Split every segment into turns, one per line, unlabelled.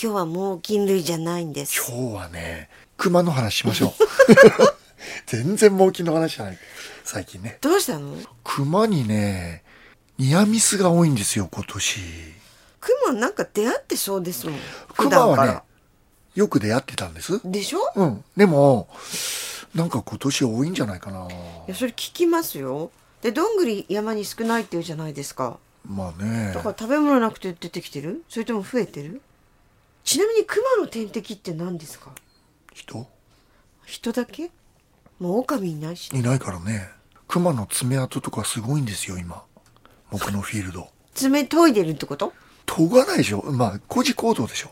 今日はもう菌類じゃないんです
今日はね、熊の話しましょう。 全然猛禽の話じゃない。最近ね。
どうしたの
熊にね、ニアミスが多いんですよ、今年。
クマなんか出会ってそうですもん普
熊
段か
はね
ら、
よく出会ってたんです。
でしょ
うん。でも、なんか今年多いんじゃないか
い
な。
やそれ聞きますよでどんぐり山に少ないっていうじゃないですか
まあね
だ。から食べ物なくて出てきてるそれとも増えてるちなみにクマの天敵って何ですか
人
人だけもう狼いないし
いないからね。熊の爪痕とかすごいんですよ、今。僕のフィールド。
爪研いでるってこと
研がないでしょまあ、工事行動でしょ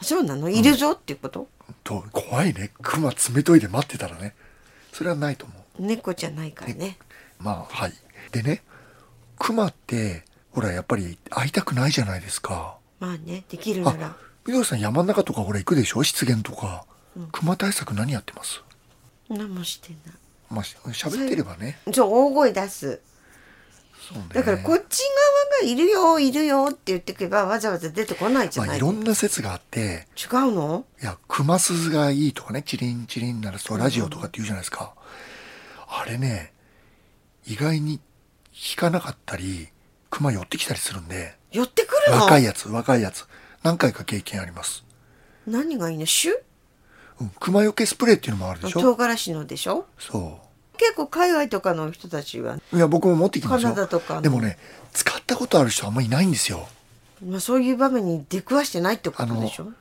そうなのいるぞっていうこと、
と怖いね熊冷といで待ってたらねそれはないと思う
猫じゃないからね
まあはいでね熊ってほらやっぱり会いたくないじゃないですか
まあねできるなら
あ緑さん山の中とかほら行くでしょ湿原とか、熊対策何やってます
何もしてない
まあし喋ってればね
そう大声出す
そうね
だからこっち側がいるよいるよって言ってけばわざわざ出てこないじゃ
まあ
ないい、
ろんな説があって
違うの
いや熊鈴がいいとかねチリンチリン鳴らすとラジオとかって言うじゃないですか、あれね意外に聞かなかったり熊寄ってきたりするんで
寄ってくるの
若いやつ若いやつ何回か経験あります、
何がいいのシュ
うん、熊よけスプレーっていうのもあるでし
唐
ょ
辛子のでしょ
そ
結構海外とかの人たちは、
ういや僕も持ってきまし
カナダとか
ょ
の
でもね使ったことある人あんまいないんですよ
まあ、そういう場面に出くわしてないってことでしょ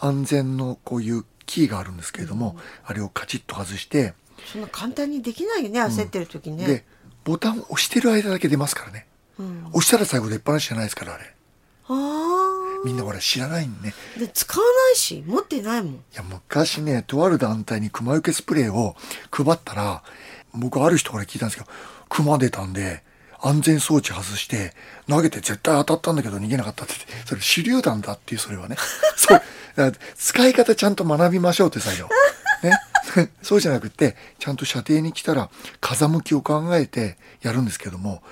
安全のこういうキーがあるんですけれども、あれをカチッと外して、
そんな簡単にできないよね焦ってる時ね、
でボタンを押してる間だけ出ますからね、
うん
押したら最後出っ放しじゃないですからあれ
あ
みんなほら知らないんね
あで使わないし持ってないもん
いや昔ねとある団体に熊よけスプレーを配ったら僕ある人から聞いたんですけど熊出たんで安全装置外して投げて絶対当たったんだけど逃げなかったって言ってそれ手榴弾だっていうそれはねそうだから使い方ちゃんと学びましょうって作業ね そうじゃなくってちゃんと射程に来たら風向きを考えてやるんですけども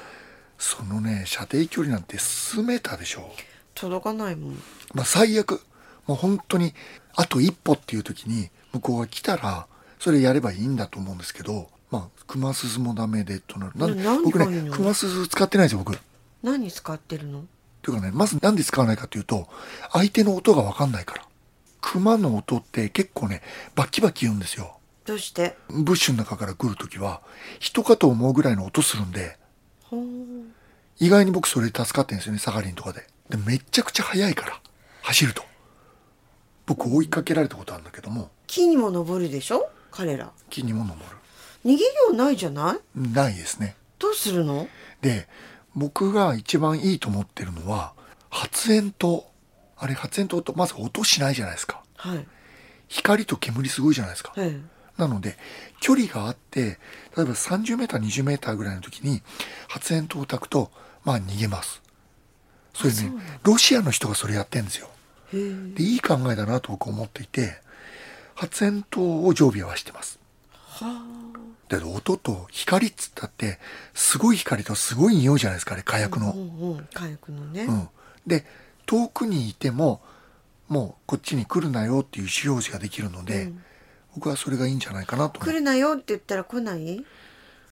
そのね射程距離なんて数メーターでしょ
届かないもん
まあ、最悪もう本当にあと一歩っていう時に向こうが来たらそれやればいいんだと思うんですけど、まあ、熊鈴もダメでとなるなんで
え何
僕
がいい
ね
の
熊鈴使ってないんですよ僕。と
何使ってるの
いうかねまずなんで使わないかというと相手の音が分かんないから熊の音って結構ねバキバキ言うんですよ
どうして
ブッシュの中から来る時は人かと思うぐらいの音するんで
ほー
意外に僕それ助かってるんですよねサガリンとかででめちゃくちゃ速いから走ると僕追いかけられたことあるんだけども
木にも登るでしょ彼ら
木にも登
逃げようないじゃない
るないですね
どうするの
で僕が一番いいと思ってるのは発煙筒あれ発煙筒とまず音しないじゃないですか
はい、
光と煙すごいじゃないですか、
え
なので距離があって例えば 30m20m ぐらいの時に発煙筒を焚くとまあ逃げますそれねロシアの人がそれやってんですよ
えへえ
でいい考えだなと僕思っていて発煙筒を常備はしてます
はあ
だけど音と光っつったってすごい光とすごい匂いじゃないですかね火薬の、
うんうん火薬のね、
うん、で遠くにいてももうこっちに来るなよっていう意思表示ができるので、僕はそれがいいんじゃないかなと思
来
う
るなよって言ったら来ない